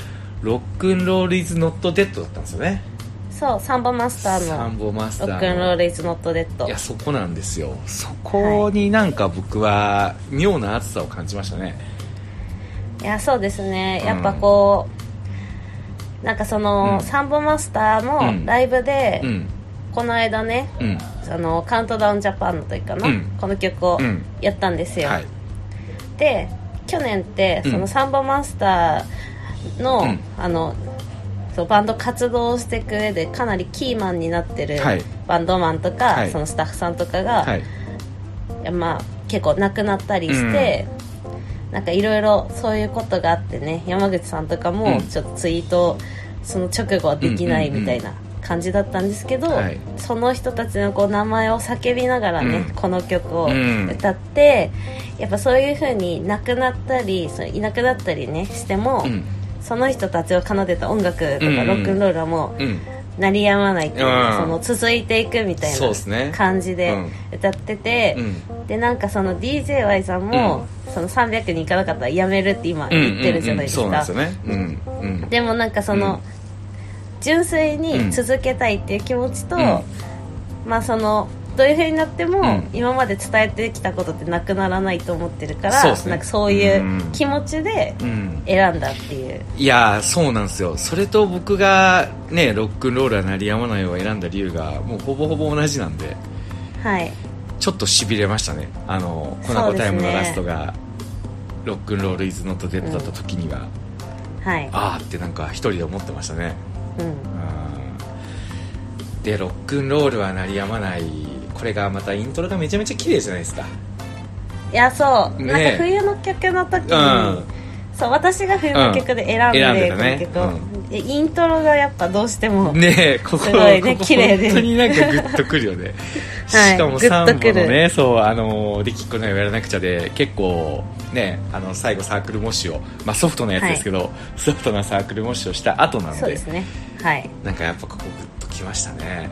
A: ロックンロールイズノットデッドだったんですよね
B: そうサンボマスター
A: サ
B: の
A: ンボマスタ
B: ロ
A: ーの
B: ックンロールイズノットデッド
A: いやそこなんですよそこになんか僕は妙な熱さを感じましたね、
B: いやそうですね
A: うん
B: やっぱこう、なんかその、
A: うん
B: サンボマスター
A: うん
B: のライブで、
A: うん
B: この間ね
A: うん
B: あのカウントダウンジャパンの時かな、
A: うん
B: この曲を
A: うん
B: やったんですよ、
A: はい
B: で去年って
A: うん
B: そのサンボマスターの,、
A: うん
B: あのそうバンド活動していく上でかなりキーマンになってる
A: はい
B: バンドマンとか、
A: はい
B: そのスタッフさんとかが、
A: はい
B: いやまあ、結構亡くなったりして、なんかいろいろそういうことがあってね山口さんとか
A: う
B: も
A: ん
B: ちょっとツイートその直後はできない
A: うんうんうん
B: みたいな感じだったんですけど、
A: はい
B: その人たちのこう名前を叫びながらね、
A: うん
B: この曲を
A: うん
B: 歌って、やっぱそういう風に亡くなったりそのいなくなったりねしても、
A: うん
B: その人たちを奏でた音楽とか、
A: うんうん
B: ロックンロールはも
A: うん
B: う鳴りやまないっていうか、
A: うん
B: その続いていくみたい
A: そうですね
B: な感じで
A: うん
B: 歌ってて。
A: うん
B: でなんかその DJY さんも、その300人いかなかったらやめるって今言ってるじゃないです
A: うんうんうん
B: か
A: そうなんですよねうんうん
B: でもなんかその、
A: うん
B: 純
A: う
B: 粋に
A: ん
B: 続けたいっていう気持ちと、
A: うん
B: まあそのどういう風になっても、
A: うん
B: 今まで伝えてきたことってなくならないと思ってるから
A: そうですね
B: なんかそういううん気持ちで
A: うん
B: 選んだっていう、
A: いやーそうなんですよそれと僕がねロックンロールは鳴りやまないを選んだ理由がもうほぼほぼ同じなんで
B: はい
A: ちょっとしびれましたねあのコナコタイムのラストが、ロックンロールイズノットデッドだった時には、
B: はい、
A: あーってなんか一人で思ってましたね
B: うん、
A: うんでロックンロールは鳴りやまないこれがまたイントロがめちゃめちゃ綺麗じゃないですか
B: いやそう、
A: ね
B: なんか冬の曲の時に、
A: うん
B: そう私が冬の曲で選んで,、
A: うん選んで
B: こ
A: た
B: の
A: ね
B: 曲をでイントロがやっぱどうしても、
A: ねえここ
B: すごいね
A: ここ
B: 綺麗で
A: 本当になんかグッとくるよね、
B: はい
A: しかも
B: グッ
A: 3
B: と
A: 本
B: くる
A: のねそうあのーできっこないをやらなくちゃで結構ねあの最後サークル模試を、まあ、ソフトなやつですけど、ソフトなサークル模試をした後なの
B: そう
A: で
B: ですねはい
A: なんかやっぱここグッときましたね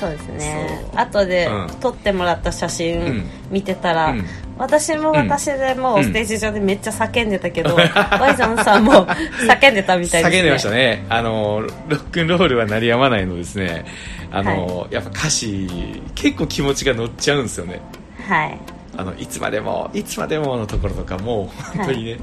B: そうですね
A: そう
B: 後で
A: うん
B: 撮ってもらった写
A: うん
B: 真見てたら、
A: うん
B: 私も私でも
A: うん
B: うステージ上でめっちゃ叫んでたけ ど、ワイザンさんも叫んでたみたい
A: 叫ん
B: です、ね、
A: でましたねあのーロックンロールは鳴りやまないのですねあのー、やっぱ歌詞結構気持ちが乗っちゃうんですよね
B: はい
A: あのいつまでもいつまでものところとかもう本当 にね、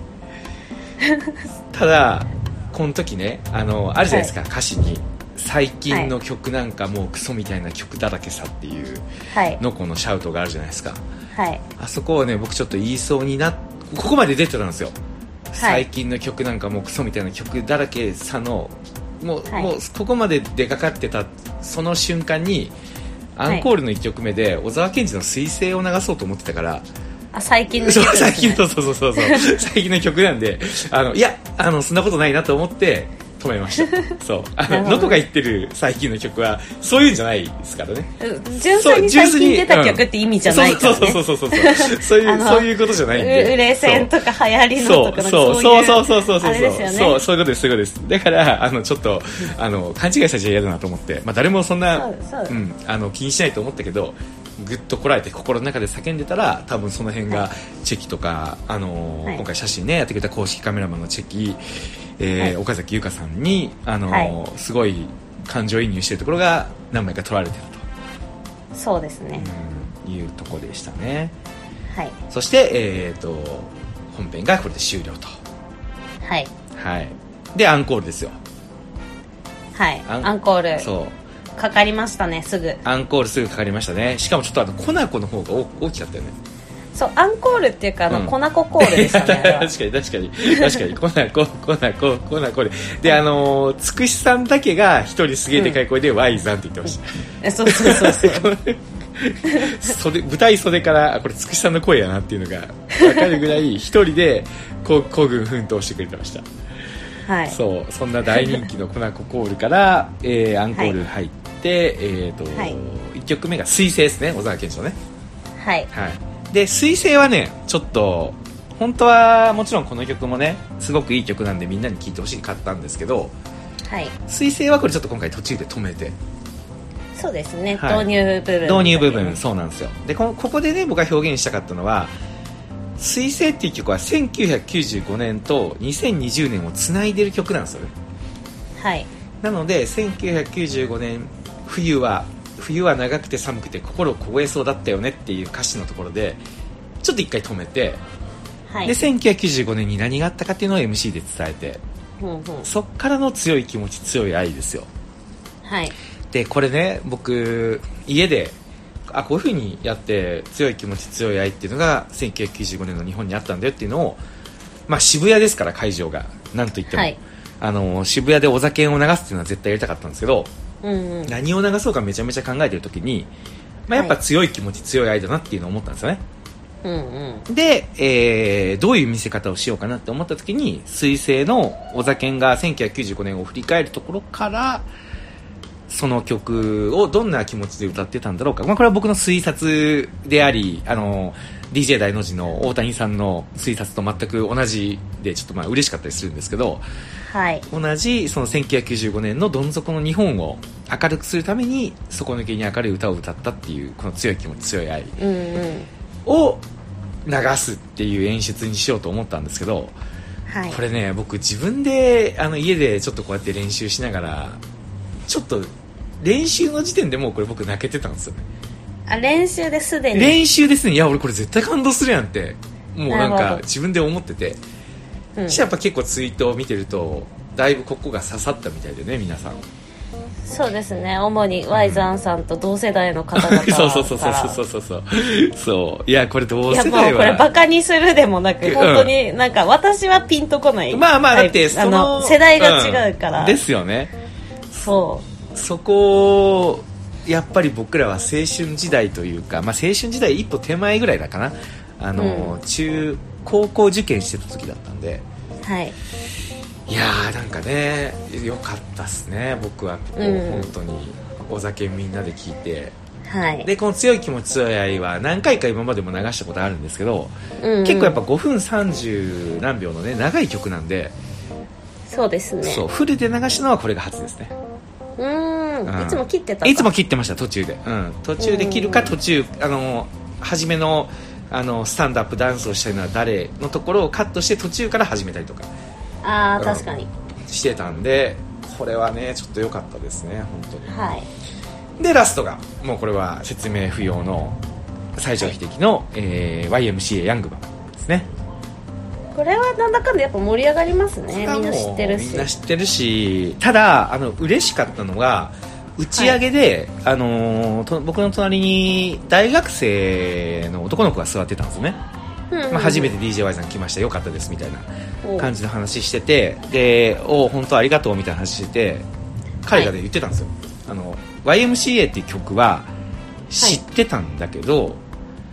A: ただこの時ねあのあるじゃないですか、歌詞に最近の曲なんかもうクソみたいな曲だらけさっていう
B: はい
A: のこのシャウトがあるじゃないですか
B: はい
A: あそこをね僕ちょっと言いそうになっここまで出てたんですよ、最近の曲なんかもうクソみたいな曲だらけさのもう,、
B: はい
A: もうここまで出かかってたその瞬間にアンコールの1曲目で小沢健二の「彗星」を流そうと思ってたから、
B: あ最近の
A: そう
B: 曲ですね
A: 最近のそうそうそうそう最近の曲なんであのいやあのそんなことないなと思って止めました そうあ
B: な
A: の
B: るほど
A: のこが言ってる最近の曲はそういうんじゃないですからね
B: うん純粋に最近出た曲って意味じゃないから
A: そ
B: ね
A: うそうそうそうそうそうそうい
B: あ
A: う
B: の
A: そういうことじゃないんで
B: うれせんとか流行りの
A: そ
B: と
A: う
B: か
A: そう
B: の
A: そう
B: い
A: そうそうそうそう
B: あれですよね
A: そうそういうことですそういうことですだからあのちょっとあの勘違いされちゃ嫌だなと思ってまあ誰もそんな
B: そうそう
A: うんあの気にしないと思ったけどぐっとこらえて心の中で叫んでたら多分その辺がチェキとかあの
B: はい
A: 今回写真ねやってくれた公式カメラマンのチェキ
B: は
A: え
B: い
A: ー岡崎優香さんにあ
B: はい
A: のすごい感情移入してるところが何枚か撮られてる
B: そうですね
A: とうんいうところでしたね
B: はい
A: そしてえっと本編がこれで終了と
B: はい
A: はいでアンコールですよ
B: はい
A: アン
B: アンコー
A: そう
B: ルかかりましたねすぐ
A: アンコールすぐかかりましたねしかもちょっとあのコナコの方が大大きかったよね
B: そうアンコールっていうかあの、
A: うん
B: 粉子コールでしたねあれは
A: 確かに確かに確かにコナココナココナコでであのーつくしさんだけが一人すげえでかい声で「ワイザン」って言ってました
B: えそうそうそうそう
A: 袖舞台袖からあこれつくしさんの声やなっていうのが分かるぐらい一人でこう孤軍奮闘してくれてました
B: はい
A: そうそんな大人気のコナココール から、えーアンコール入って、えーと
B: はい
A: 1曲目が「彗星」ですね小沢健二のね
B: はい
A: はい、で「彗星」はねちょっと本当はもちろんこの曲もねすごくいい曲なんでみんなに聴いてほしいかったんですけど
B: はい
A: 「彗星」はこれちょっと今回途中で止めて
B: そうですね、
A: はい
B: 導入部分
A: 導入部分そうなんですよでこここでね僕が表現したかったのは「彗星」っていう曲は1995年と2020年をつないでる曲なんですよね
B: はい
A: なので1995年冬は冬は長くて寒くて心凍えそうだったよねっていう歌詞のところでちょっと一回止めて
B: はい
A: で1995年に何があったかっていうのを MC で伝えて
B: うんうん
A: そっからの強い気持ち強い愛ですよ
B: はい
A: でこれね僕家であこういう風にやって強い気持ち強い愛っていうのが1995年の日本にあったんだよっていうのを、まあ、渋谷ですから会場がなんといっても、
B: はい
A: あの渋谷でお酒を流すっていうのは絶対やりたかったんですけど
B: うんうん
A: 何を流そうかめちゃめちゃ考えてる時に、まあ、やっぱ強い気持ち強い愛だなっていうのを思ったんですよね、
B: うんうん
A: で、えーどういう見せ方をしようかなって思った時に彗星の小ざけんが1995年を振り返るところからその曲をどんな気持ちで歌ってたんだろうか、まあ、これは僕の推察でありあの DJ 大の字の大谷さんの推察と全く同じでちょっとまあ嬉しかったりするんですけど
B: はい
A: 同じその1995年のどん底の日本を明るくするために底抜けに明るい歌を歌ったっていうこの強い気持ち強い愛
B: うんうん
A: を流すっていう演出にしようと思ったんですけど、
B: はい
A: これね僕自分であの家でちょっとこうやって練習しながらちょっと練習の時点でもうこれ僕泣けてたんですよね、
B: あ練習ですでに、
A: 練習ですねいや俺これ絶対感動するやんってもうなん
B: なるほ
A: か
B: ど
A: 自分で思ってて
B: うん
A: そしたらやっぱ結構ツイートを見てるとだいぶここが刺さったみたいでね皆さん
B: そうですね主に Y ザンさんと同世代の方々から
A: そうそうそうそうそうそうそうそういやこれ同
B: いや
A: 世
B: も
A: 代
B: うこれバ
A: は
B: カにするでもなく
A: うん
B: 本当になんか私はピンとこない
A: まあまあだって
B: タイプ
A: その
B: あの世代が違うから、
A: んですよね
B: そ
A: そこをやっぱり僕らは青春時代というか、まあ、青春時代一歩手前ぐらいだかなあの、
B: うん
A: 中高校受験してた時だったんで
B: うはい
A: いやーなんかね良かったっすね僕はここ、
B: うん
A: 本当にお酒みんなで聞いて
B: はい
A: でこの強い気持ち強い愛は何回か今までも流したことあるんですけど、
B: うんうん
A: 結構やっぱ5分30何秒のね長い曲なんで、
B: そうですね
A: そうフルで流したのはこれが初ですね
B: うー
A: うんん
B: いつも切ってたか
A: いつも切ってました途中で、うん、途中で切るか
B: うん
A: 途中あの初めのあのスタンドアップダンスをしたいのは誰のところをカットして途中から始めたりとか
B: ああ
A: うん
B: 確かに、
A: してたんでこれはねちょっと良かったですね本当に
B: はい
A: でラストがもうこれは説明不要の西城秀樹の、えー YMCA ヤングマンですね
B: これはなんだかんだやっぱ盛り上がりますねみんな知ってる
A: み
B: し
A: んな知ってるしただあの嬉しかったのが打ち上げで、あのーと僕の隣に大学生の男の子が座ってたんですね、まあ、初め
B: て
A: て DJY さん来ましたよかったですみたいな感じの話しててでお本当ありがとうみたいな話してて彼がね言ってたんですよ、あの YMCA っていう曲は知ってたんだけど、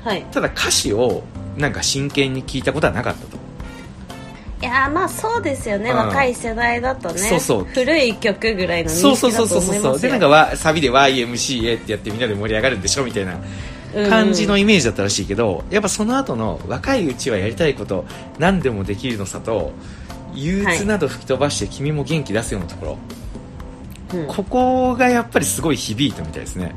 B: はい
A: ただ歌詞をなんか真剣に聞いたことはなかったと
B: いやーまあそうですよね、
A: うん
B: 若い世代だとね
A: そうそう
B: 古い曲ぐらいの
A: そ
B: 認
A: うそう
B: 識
A: そ
B: だ
A: う
B: と
A: そうそう
B: 思いま
A: そう。
B: す
A: で、
B: よ
A: なんかわ、サビで YMCA ってやってみんなで盛り上がるんでしょみたいな感じの
B: うん
A: イメージだったらしいけど、やっぱその後の若いうちはやりたいこと何でもできるのさと、憂鬱など吹き飛ばして君も元気出すようなところ、
B: うん
A: ここがやっぱりすごい響いたみたいですね。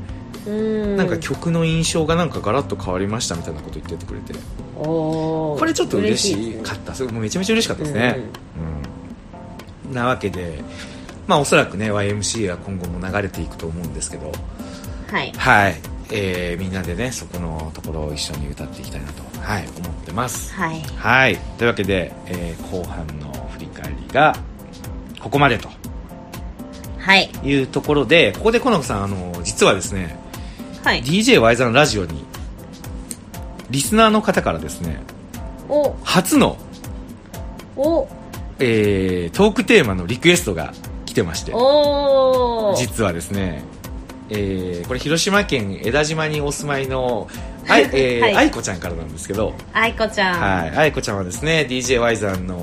B: うん
A: なんか曲の印象がなんかガラッと変わりましたみたいなこと言っててくれて、
B: おー
A: これちょっと嬉し
B: ですね
A: かった。すごいもうめちゃめちゃ嬉しかったですね。うんなわけで、まあおそらくね、YMCA は今後も流れていくと思うんですけど、
B: うんはい
A: はい、えーみんなでねそこのところを一緒に歌っていきたいなと、はい、思ってます
B: はい
A: はいというわけで、えー後半の振り返りがここまでと
B: はい
A: いうところでここでコナコさんあの実はですね
B: はい
A: DJY 座のラジオにリスナーの方からですね
B: お
A: 初の、
B: お
A: えートークテーマのリクエストが来てまして
B: おー
A: 実はですね、えーこれ広島県江田島にお住まいのあい,、えー
B: はい
A: 愛子ちゃんからなんですけど
B: 愛子ちゃん、
A: はい、愛子ちゃんはですね DJY さんの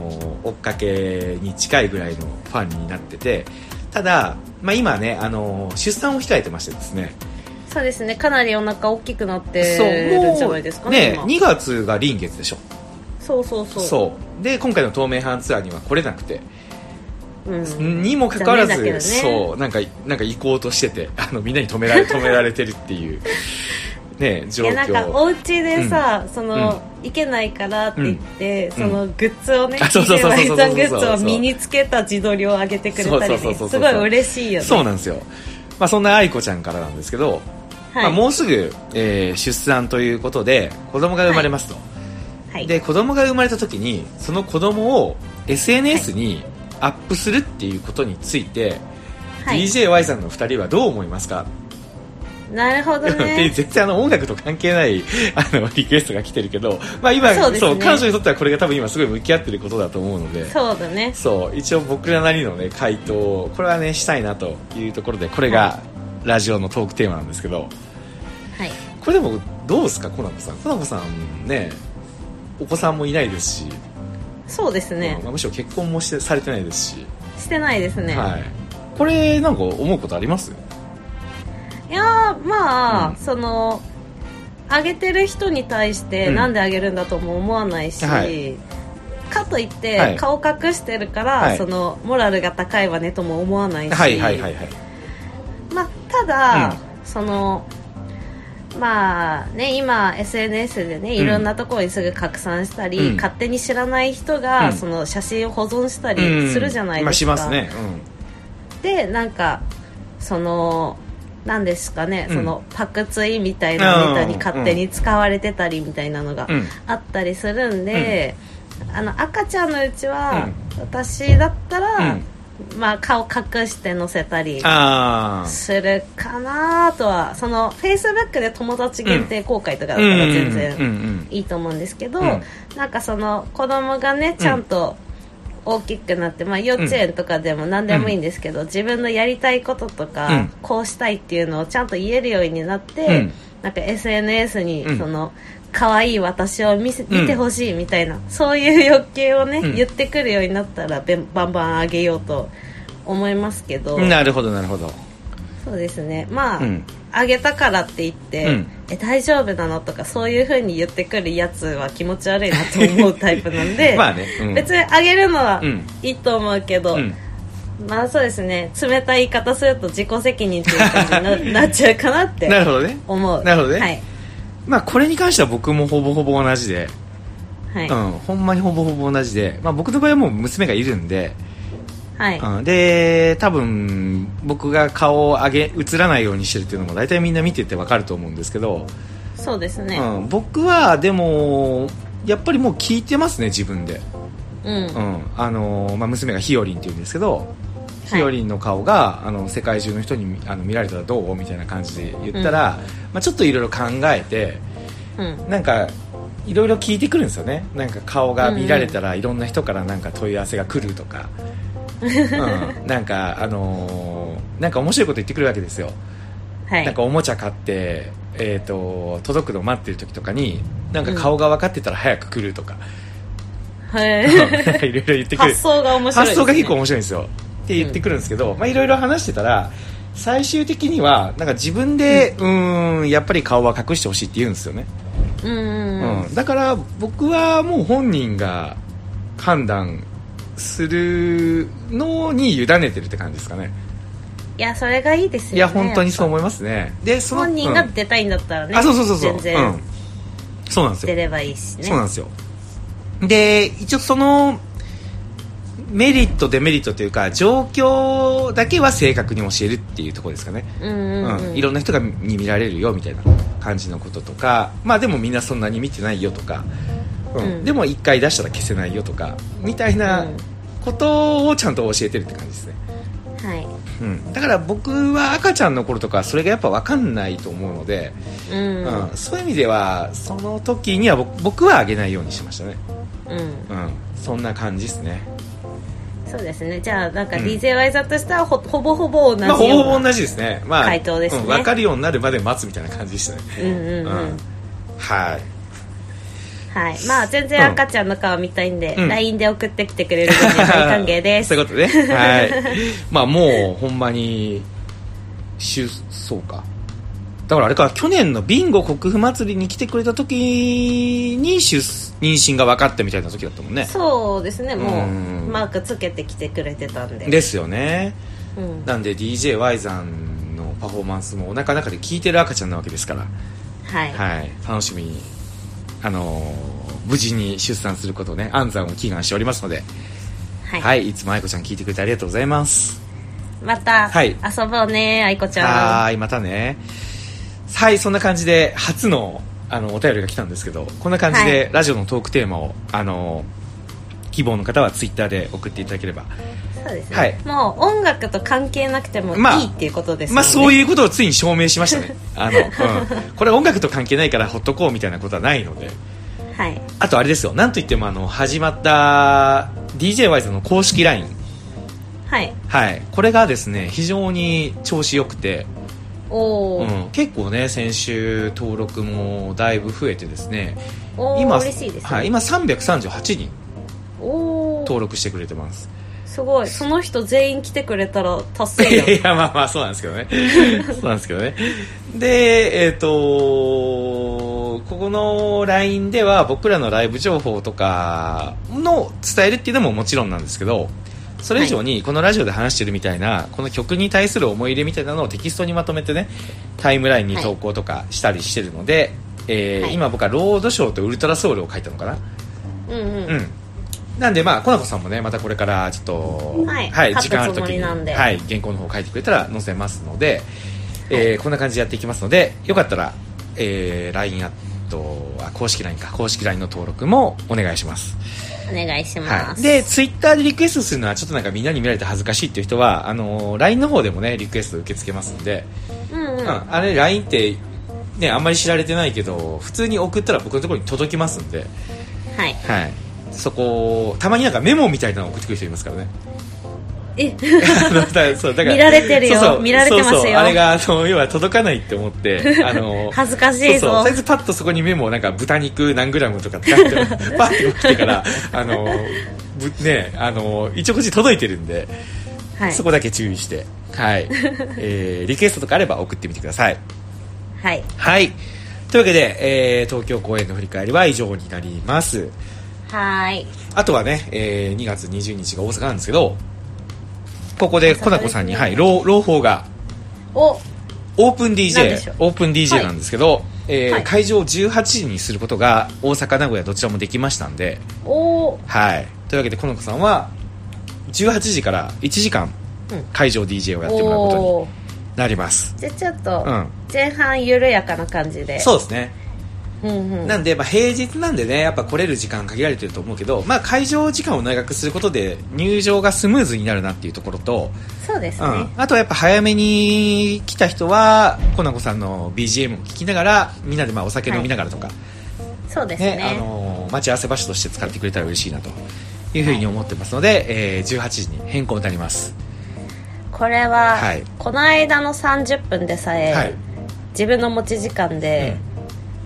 A: 追っかけに近いぐらいのファンになっててただ、まあ、今ねあの出産を控えてましてですね、
B: そうですねかなりお腹大きくなってるんじゃないですかね
A: ね
B: 今
A: 2月が臨月でしょ
B: そうそうそう
A: そうで今回の東名阪ツアーには来れなくて、
B: う、ん、
A: にもかかわらず、
B: 残念だけどね
A: そうなんかなんか行こうとして てあのみんなに止 められ止められてるっていう、ね、
B: い
A: 状
B: やなんか
A: 況
B: お家でさ、その、行けないからって言って、そのグッズをね、
A: あそうそうそうそうそう
B: DJY さんグッズを身につけた自撮りを上げてくれたりね
A: そうそうそうそうそ
B: す
A: う
B: ごい嬉しいよね
A: そうなんですよ、まあ、そんな愛子ちゃんからなんですけど
B: はい、
A: まあ、もうすぐ、えー出産ということで子供が生まれますと、
B: はい、
A: で子供が生まれた時にその子供を SNS にアップするっていうことについて、
B: はい
A: DJY さんの2人はどう思いますか、
B: なるほど
A: って
B: ね
A: 絶対あの音楽と関係ない あのリクエストが来てるけど、まあ、今
B: そうですね
A: 彼女にとってはこれが多分今すごい向き合ってることだと思うので
B: そうだね
A: そう一応僕らなりの、ね、回答をこれはねしたいなというところでこれがラジオのトークテーマなんですけど。
B: はい
A: これでもどうですかコナコさんコナコさんねお子さんもいないですし、
B: そうですね
A: まあむしろ結婚もしてされてないですし、
B: してないですね、
A: はい、これなんか思うことあります
B: いやーまあ、
A: うん
B: そのあげてる人に対して
A: うん
B: なんであげるんだとも思わないし、
A: はい
B: かといって、
A: はい
B: 顔隠してるから、
A: はい
B: そのモラルが高いわねとも思わないし、
A: はいはいはいはい
B: まあ、ただ、そのまあね今 SNS でねいろんなところにすぐ拡散したり、
A: うん
B: 勝手に知らない人が、
A: うん
B: その写真を保存した
A: うん
B: りするじゃない
A: まあ、
B: で
A: し
B: すか、
A: ますね、
B: でなんかそのなんですかね、
A: うん
B: そのパクツイみたいなネタに
A: うん
B: 勝手に使われてたりみたいなのが
A: うんうん
B: あったりするんで、あの赤ちゃんのうちは、私だった
A: う
B: ら
A: ん、
B: まあ、顔隠して載せたり
A: ああ
B: するかなとはそのフェイスブックで友達限定公開とかだったら全然、
A: うんうん
B: いいと思うんですけど、
A: うん
B: なんかその子供がねちゃんと大きくなって、まあ、幼稚園とかでも何でもいいんですけど、自分のやりたいこととか、
A: うん
B: こうしたいっていうのをちゃんと言えるようになって、
A: うん
B: なんか SNS に
A: うん
B: その、可愛い私を見せ
A: ん
B: 見てほしいみたいな、そういう欲求をね、
A: うん
B: 言ってくるようになったらべんバンバンあげようと思いますけど
A: うんなるほどなるほど
B: そうですねま
A: う
B: あ、
A: ん
B: あげたからって言って、
A: うん
B: え大丈夫なのとかそういう風に言ってくるやつは気持ち悪いなと思うタイプなんで
A: まあね、うん
B: 別にあげるのは
A: うん
B: いいと思うけど、
A: うん
B: まあそうですね冷たい言い方すると自己責任っていう感じ にななっちゃうかなって
A: なるほどね
B: 思う
A: なるほどね
B: はい
A: まあこれに関しては僕もほぼほぼ同じで、
B: はい、
A: うん、ほんまにほぼほぼ同じで、まあ、僕の場合はもう娘がいるんで、
B: はい
A: うんで多分僕が顔を上げ映らないようにしてるっていうのも大体みんな見ててわかると思うんですけど、
B: そうですね、
A: うん、僕はでもやっぱりもう聞いてますね自分で
B: う
A: う、
B: ん
A: んあのまあ、娘がひよりんっていうんですけど、
B: い
A: ひよりんの顔があの世界中の人にあの見られたらどうみたいな感じで言ったら、まあ、ちょっといろいろ考えて
B: うん、
A: なんかいろいろ聞いてくるんですよねなんか顔が見られたらいろんな人からなんか問い合わせが来ると か、うんなんかあのーなんか面白いこと言ってくるわけですよ、
B: はい
A: なんかおもちゃ買って、えー、と届くの待ってる時とかになんか顔が分かってたら早く来ると か、
B: はい
A: なんかいろいろ言ってくる
B: 発想が面白いです、ね、
A: 発想が結構面白いんですよって言ってくるんですけど、まあいろいろ話してたら最終的にはなんか自分で、うーんやっぱり顔は隠してほしいって言うんですよね、
B: うんうんうん、
A: うんだから僕はもう本人が判断するのに委ねてるって感じですかね
B: いやそれがいいですよね
A: いや本当にそう
B: う
A: 思いますねでその
B: 本人が出たいんだったら
A: う
B: ね、
A: んあそうそうそうそう
B: 全
A: う
B: 然
A: ん、そうなんですよ
B: 出ればいいしね
A: そうなんですよで一応そのメリットデメリットというか状況だけは正確に教えるっていうところですかね、
B: うんうん、うん
A: うんいろんな人がに見られるよみたいな感じのこととかまあでもみんなそんなに見てないよとか、うん
B: うん
A: でも1回出したら消せないよとかみたいな
B: うん
A: ことをちゃんと教えてるって感じですね、
B: はい
A: うん、だから僕は赤ちゃんの頃とかそれがやっぱ分かんないと思うので、
B: うんう
A: うん、そういう意味ではその時には僕僕はあげないようにしましたね
B: ん、
A: うん、そんな感じですね。
B: そうですねじゃあなんか
A: うん
B: DJY 座としてはほほぼほぼ同じ
A: ま
B: よ
A: あ、
B: うな、
A: ほぼほぼ同じですね。まあ、
B: 回答ですね
A: うん分かるようになるまで待つみたいな感じでしたね。
B: うんうんうん、
A: うんはい。
B: はいまあ全然赤ちゃんの顔見たいんで、
A: うん
B: LINE で送ってきてくれるので大歓迎 で
A: そ
B: す
A: ういうことね。 はい。まあ、もう、ほんまに、出、そうか。だからあれか、去年のビンゴ国府祭りに来てくれた時に出、妊娠が分かったみたいな時だったもんね。
B: そうですねもう
A: うん
B: マークつけてきてくれてたんで
A: ですよね。
B: うん、
A: なんで DJY さんのパフォーマンスもお腹の中で聞いてる赤ちゃんなわけですから。
B: はい、
A: はい、楽しみに、あのー無事に出産することをね、安産を祈願しておりますので、
B: は
A: はいい、い、つも愛子ちゃん聞いてくれてありがとうございます。
B: また、
A: はい
B: 遊ぼうね愛子ちゃん
A: はーい、またね。はい、そんな感じで、初の、あの、お便りが来たんですけど、こんな感じで、
B: は
A: ラジオのトークテーマを、あのー希望の方はツイッターで送っていただければ。
B: そうですね、
A: はい
B: もう音楽と関係なくても
A: まあ
B: いいっていうことですよね、
A: まあそう
B: う
A: いうことをついに証明しましたね。 あの、うん。これ音楽と関係ないからほっとこうみたいなことはないので。
B: はい
A: あとあれですよ、なんといってもあの始まった DJY さんの公式 LINE、
B: はい
A: はい、これがですね非常に調子よくて、
B: お
A: う
B: ー、
A: ん、結構ね、先週登録もだいぶ増えてですね、
B: おー
A: 今
B: 嬉しいですね、
A: はい、今338人
B: おー
A: 登録してくれてます。
B: すごいその人全員来てくれたら達成
A: い
B: や
A: や、まあまあ、そうなんですけどね。 そうなんですけどね。で、えっ、とここの LINE では僕らのライブ情報とかの伝えるっていうのももちろんなんですけど、それ以上にこのラジオで話してるみたいな、この曲に対する思い入れみたいなのをテキストにまとめてね、タイムラインに投稿とかしたりしてるので、えー
B: はい
A: 今僕はロードショーとウルトラソウルを書いたのかな。
B: うんうん、
A: うん、なんでまあコナコさんもねまたこれからちょっと
B: はい書く
A: 時間ある時
B: つもり
A: に、
B: なんで
A: はい、原稿の方書いてくれたら載せますので、えーこんな感じでやっていきますのでよかったら、えー LINE アットあ公式 LINE か公式 LINE の登録もお願いします、
B: お願いしま
A: はい、
B: す、
A: でツイッターでリクエストするのはちょっとなんかみんなに見られて恥ずかしいっていう人はあのー LINE の方でもねリクエスト受け付けますんで、
B: うんうん、
A: うん、あれ LINE ってねあんまり知られてないけど普通に送ったら僕のところに届きますんで
B: はい
A: はい、そこたまになんかメモみたいなの送ってくる人います からね
B: え
A: あのだそうだから
B: 見られてるよ見られてますよ
A: そうそうあれがあの要は届かないって思 ってあの
B: 恥ずかし
A: そう
B: い
A: そう
B: ぞ
A: 最初パッとそこにメモをなんか豚肉何グラムとかって書いてパッて送って からあのぶねあの一応こっち届いてるんで、
B: はい
A: そこだけ注意してはい、えーリクエストとかあれば送ってみてください
B: はい
A: はいというわけで、えー東京公演の振り返りは以上になります
B: はーい
A: あとはね、えー2月20日が大阪なんですけど、ここでコナコさんに、
B: 大阪
A: は
B: です
A: い、
B: ね
A: 朗朗報が、
B: お
A: オープン
B: 何でし
A: DJ
B: ょう、
A: オープン DJ なんですけど、えー
B: はい
A: 会場を18時にすることが大阪、名古屋どちらもできましたんで、
B: おー
A: はい。というわけで、コナコさんは、18時から1時間
B: うん、
A: 会場 DJ をやってもらうこと
B: おー
A: になります。
B: じゃあちょっと
A: うん
B: 前半緩やかな感じで、
A: そうですね。
B: うんうん
A: なんで、まあ、平日なんでねやっぱ来れる時間限られてると思うけど、まあ、会場時間を長くすることで入場がスムーズになるなっていうところと、
B: そうです
A: う
B: ね、
A: ん、あとはやっぱ早めに来た人はコナコさんの BGM を聞きながらみんなでまあお酒飲みながらとか、
B: そうですね
A: ねあのー待ち合わせ場所として使ってくれたら嬉しいなというふうに思ってますので、えー18時に変更になります
B: これは、
A: はい
B: この間の30分でさえ、
A: はい
B: 自分の持ち時間で、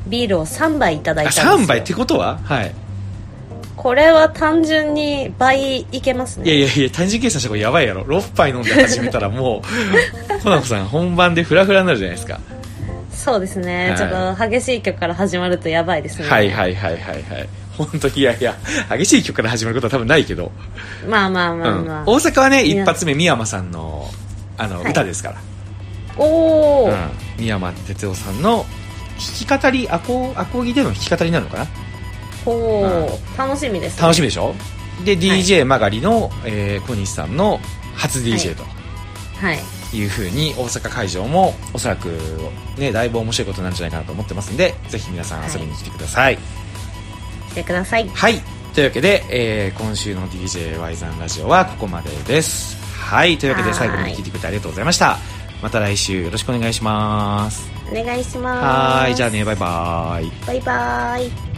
B: ビールを3杯いただ
A: あ
B: いたんですよ
A: 3杯ってことははい
B: これは単純に倍いけます
A: いや
B: ね
A: いやいや単純計算したらこれやばいやろ6杯飲んで始めたらも うコナコさん本番でフラフラになるじゃないですか
B: そうですね、
A: はい
B: ちょっと激しい曲から始まるとやばいですね
A: はいはいはいはいはい本当いやいや激しい曲から始まることは多分ないけど、
B: まあまあまあまあ、
A: うん、大阪はね
B: いや
A: 一発目三山さんのあの、
B: はい
A: 歌ですから
B: おお、
A: うん三山哲夫さんの弾き語りアコアコギでの弾き語りなのかな
B: ほう
A: う
B: 楽しみです、ね、
A: 楽しみでしょで DJ 曲がりの、えー小西さんの初 DJ と
B: はい
A: いうふうに大阪会場もおそらく、ね、だいぶ面白いことになるんじゃないかなと思ってますんでぜひ皆さん遊びに来てください
B: 来てください
A: はい。というわけで、えー今週の DJ y ザンラジオはここまでです。はい。というわけで
B: はーい
A: 最後まで聞いてくれてありがとうございました。また来週よろしくお願いします。
B: お願いします
A: はーい。じゃあね、バイバイ。
B: バイバイ